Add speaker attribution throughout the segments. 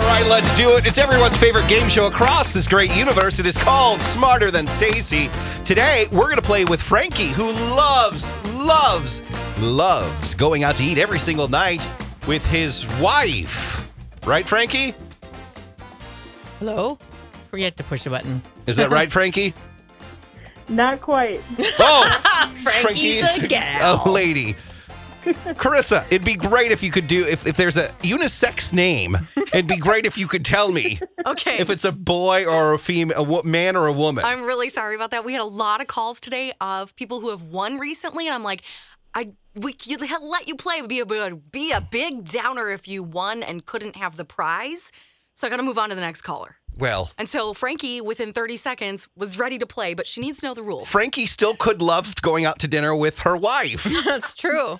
Speaker 1: right, let's do it. It's everyone's favorite game show across this great universe. It is called Smarter Than Stacy. Today, we're going to play with Frankie, who loves, loves, loves going out to eat every single night with his wife. Right, Frankie?
Speaker 2: Hello? Forget to push the button.
Speaker 1: Is that right, Frankie?
Speaker 3: Not quite.
Speaker 1: Oh,
Speaker 2: Frankie's
Speaker 1: Frankie's
Speaker 2: a
Speaker 1: a lady. Carissa, it'd be great if you could do if, if there's a unisex name. It'd be great if you could tell me
Speaker 4: Okay.
Speaker 1: if it's a boy or a female, a wo- man or a woman.
Speaker 4: I'm really sorry about that. We had a lot of calls today of people who have won recently, and I'm like, I we c- let you play. It'd be a, be a big downer if you won and couldn't have the prize. So I got to move on to the next caller.
Speaker 1: well,
Speaker 4: And so Frankie, within 30 seconds, was ready to play, but she needs to know the rules.
Speaker 1: Frankie still could love going out to dinner with her wife,
Speaker 2: That's true.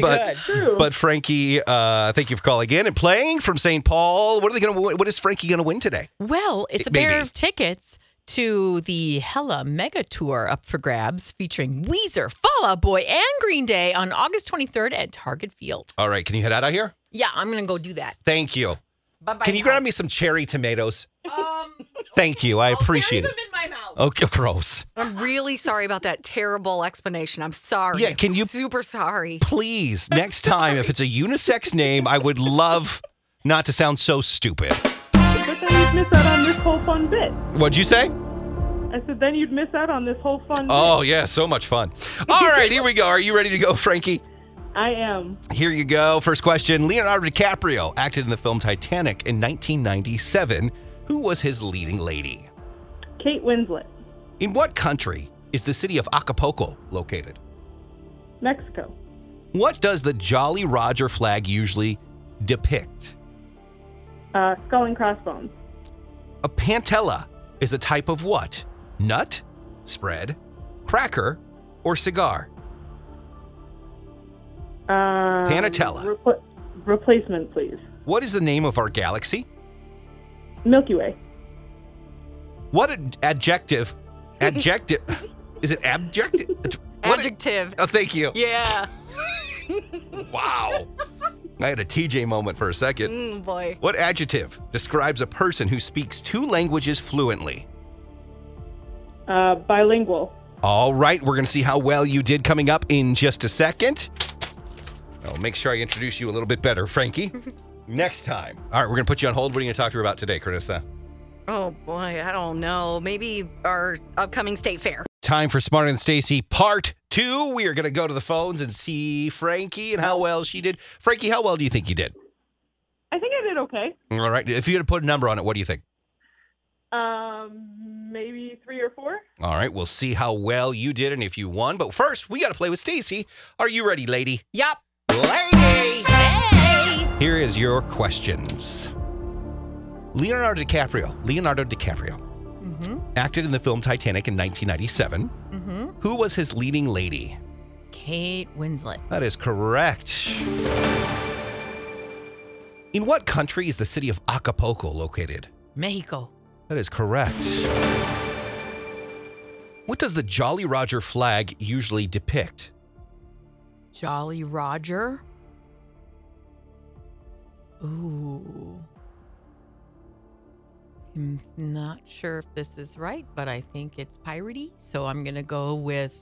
Speaker 1: but
Speaker 3: True.
Speaker 1: but Frankie, uh, thank you for calling in and playing from St. Paul. What are they going to? What is Frankie going to win today?
Speaker 2: Well, it's a
Speaker 1: Maybe.
Speaker 2: pair of tickets to the Hella Mega Tour up for grabs featuring Weezer, Fall Out Boy, and Green Day on August 23rd at Target Field.
Speaker 1: All right, can you head out of here?
Speaker 2: Yeah, I'm going to go do that.
Speaker 1: Thank you.
Speaker 2: Bye-bye
Speaker 1: Can you
Speaker 2: now.
Speaker 1: grab me some cherry tomatoes?
Speaker 2: Um,
Speaker 1: Thank you. I appreciate
Speaker 2: I'll
Speaker 1: it.
Speaker 2: carry them in my mouth.
Speaker 1: Okay, gross.
Speaker 4: I'm really sorry about that terrible explanation. I'm sorry.
Speaker 1: Yeah, can you-
Speaker 4: Super sorry.
Speaker 1: please, next time, if it's a unisex name, I would love not to sound so stupid.
Speaker 3: But then you'd miss out on this whole fun bit.
Speaker 1: What'd you say?
Speaker 3: I said, then you'd miss out on this whole fun
Speaker 1: Oh, yeah, so much fun. All right, here we go. Are you ready to go, Frankie?
Speaker 3: bit. I am.
Speaker 1: Here you go. First question Leonardo DiCaprio acted in the film Titanic in 1997. Who was his leading lady?
Speaker 3: Kate Winslet,
Speaker 1: In what country is the city of Acapulco located?
Speaker 3: Mexico,
Speaker 1: What does the Jolly Roger flag usually depict?
Speaker 3: uh, Skull and Crossbones,
Speaker 1: A pantella is a type of what? Nut, spread, cracker, or cigar?
Speaker 3: um,
Speaker 1: Panatella.
Speaker 3: repl- replacement, please.
Speaker 1: What is the name of our galaxy?
Speaker 3: Milky Way.
Speaker 1: What ad- adjective? Adjective? is it abjective? What ad-
Speaker 4: Adjective.
Speaker 1: oh, thank you.
Speaker 4: yeah.
Speaker 1: Wow. I had a TJ moment for a second.
Speaker 4: Mm, boy.
Speaker 1: What adjective describes a person who speaks two languages fluently?
Speaker 3: Uh, bilingual.
Speaker 1: All right, we're going to see how well you did coming up in just a second. I'll make sure I introduce you a little bit better, Frankie. Next time. All right, we're going to put you on hold. What are you going to talk to her about today, Carissa?
Speaker 4: Oh boy, I don't know. Maybe our upcoming state fair.
Speaker 1: Time for Smarter Than Stacy Part 2. We are going to go to the phones and see Frankie and how well she did. Frankie, how well do you think you did?
Speaker 3: I think I did okay.
Speaker 1: All right, if you had to put a number on it, what do you think?
Speaker 3: Um, maybe three or four.
Speaker 1: All right, we'll see how well you did and if you won. But first, we got to play with Stacy. Are you ready, lady?
Speaker 2: Yup.
Speaker 1: Lady! Here is your questions. Leonardo DiCaprio, Leonardo DiCaprio, acted in the film Titanic in 1997. Who was his leading lady?
Speaker 2: Kate Winslet.
Speaker 1: That is correct. In what country is the city of Acapulco located?
Speaker 2: Mexico.
Speaker 1: That is correct. What does the Jolly Roger flag usually depict?
Speaker 2: Jolly Roger. Ooh. I'm not sure if this is right, but I think it's piratey. So I'm going to go with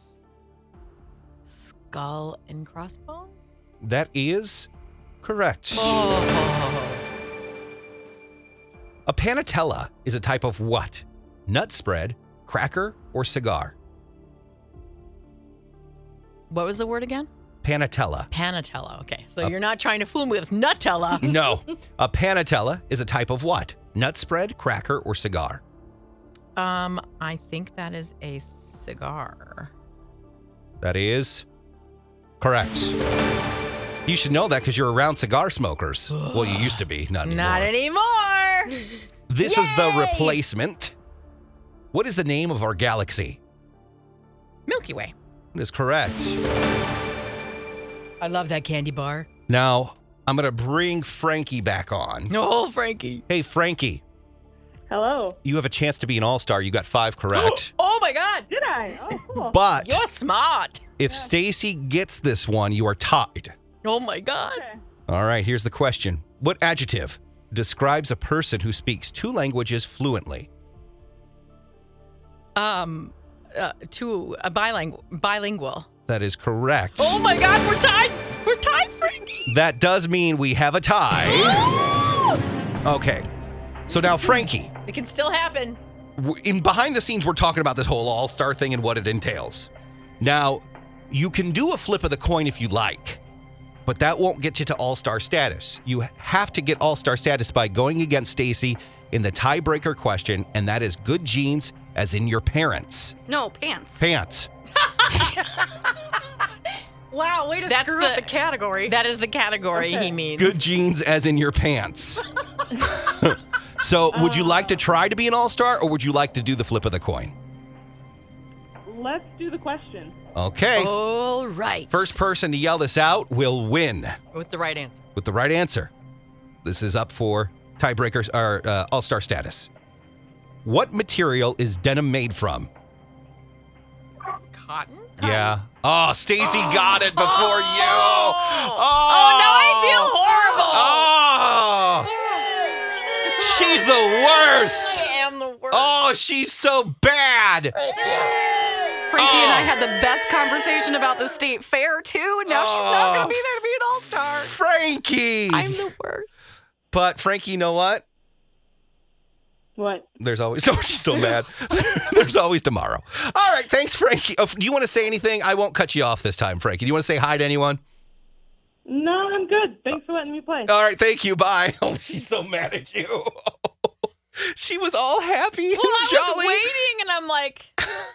Speaker 2: skull and crossbones.
Speaker 1: That is correct.
Speaker 2: Oh.
Speaker 1: A panatella is a type of what? Nut spread, cracker, or cigar?
Speaker 2: What was the word again? Oh.
Speaker 1: Panatella.
Speaker 2: Panatella. Okay. So you're not trying to fool me with Nutella.
Speaker 1: No. a panatella is a type of what? Nut spread, cracker, or cigar?
Speaker 2: um, I think that is a cigar.
Speaker 1: That is correct. You should know that because you're around cigar smokers. well, you used to be, not anymore.
Speaker 2: Not anymore.
Speaker 1: This is the replacement. What is the name of our galaxy?
Speaker 2: Milky Way.
Speaker 1: That is correct.
Speaker 2: I love that candy bar.
Speaker 1: Now, I'm going to bring Frankie back on.
Speaker 4: Oh,
Speaker 2: No, Frankie.
Speaker 1: Hey, Frankie,
Speaker 3: Hello.
Speaker 1: you have a chance to be an all star. You got five correct.
Speaker 2: Oh my God.
Speaker 3: Did I? Oh, cool.
Speaker 1: But
Speaker 2: You're smart.
Speaker 1: if Stacy gets this one, you are tied.
Speaker 2: Oh my God.
Speaker 3: Okay.
Speaker 1: All right, here's the question What adjective describes a person who speaks two languages fluently?
Speaker 2: Um, uh, to a bilingual. Bilingual.
Speaker 1: That is correct.
Speaker 2: Oh my God, we're tied. We're tied, Frankie.
Speaker 1: That does mean we have a tie. Okay. So now, Frankie,
Speaker 2: It can still happen.
Speaker 1: w- in behind the scenes, we're talking about this whole all star thing and what it entails. Now, you can do a flip of the coin if you like, but that won't get you to all star status. You have to get all star status by going against Stacy in the tiebreaker question, and that is good genes, as in your parents'
Speaker 4: No, pants.
Speaker 1: pants.
Speaker 4: Wow, way to
Speaker 2: That's
Speaker 4: screw up
Speaker 2: the-
Speaker 4: the category.
Speaker 2: That is the category
Speaker 3: Okay.
Speaker 2: he means.
Speaker 1: Good genes, as in your pants. so, would you like to try to be an all star, or would you like to do the flip of the coin?
Speaker 3: Let's do the question.
Speaker 1: Okay.
Speaker 2: Oh. All right.
Speaker 1: First person to yell this out will win
Speaker 2: with the right answer.
Speaker 1: with the right answer. This is up for tiebreakers or uh, all star status. What material is denim made from?
Speaker 2: Cotton.
Speaker 1: Yeah. Oh, Stacy got it before you. Oh.
Speaker 2: Oh, now I feel horrible.
Speaker 1: Oh. She's the worst.
Speaker 2: I am the worst.
Speaker 1: Oh, she's so bad.
Speaker 4: Frankie and I
Speaker 1: Oh.
Speaker 4: had the best conversation about the state fair too. and Now she's not going to be there to be an all star.
Speaker 1: Frankie.
Speaker 4: I'm the worst.
Speaker 1: but Frankie, you know what?
Speaker 3: What?
Speaker 1: There's always oh, she's so mad. There's always tomorrow. All right, thanks, Frankie. Oh, do you want to say anything? I won't cut you off this time, Frankie. Do you want to say hi to anyone?
Speaker 3: No, I'm good. Thanks for letting me play.
Speaker 1: All right, thank you. Bye. Oh, she's so mad at you. she was all happy.
Speaker 2: Well, I
Speaker 1: jolly.
Speaker 2: was waiting, and I'm like,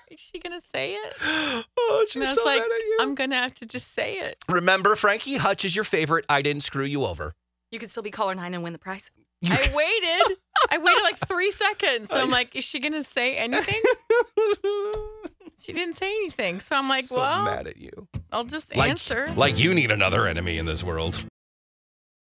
Speaker 2: is she gonna say it?
Speaker 1: Oh, she's
Speaker 2: And I was
Speaker 1: so
Speaker 2: like,
Speaker 1: mad at you.
Speaker 2: I'm gonna have to just say it.
Speaker 1: Remember, Frankie Hutch is your favorite. I didn't screw you over.
Speaker 4: You could still be caller nine and win the prize.
Speaker 1: You
Speaker 2: I waited. I waited like three seconds. So I'm like, is she gonna say anything? She didn't say anything. So I'm like,
Speaker 1: so
Speaker 2: well,
Speaker 1: mad at you.
Speaker 2: I'll just
Speaker 1: Like,
Speaker 2: answer.
Speaker 1: like you need another enemy in this world.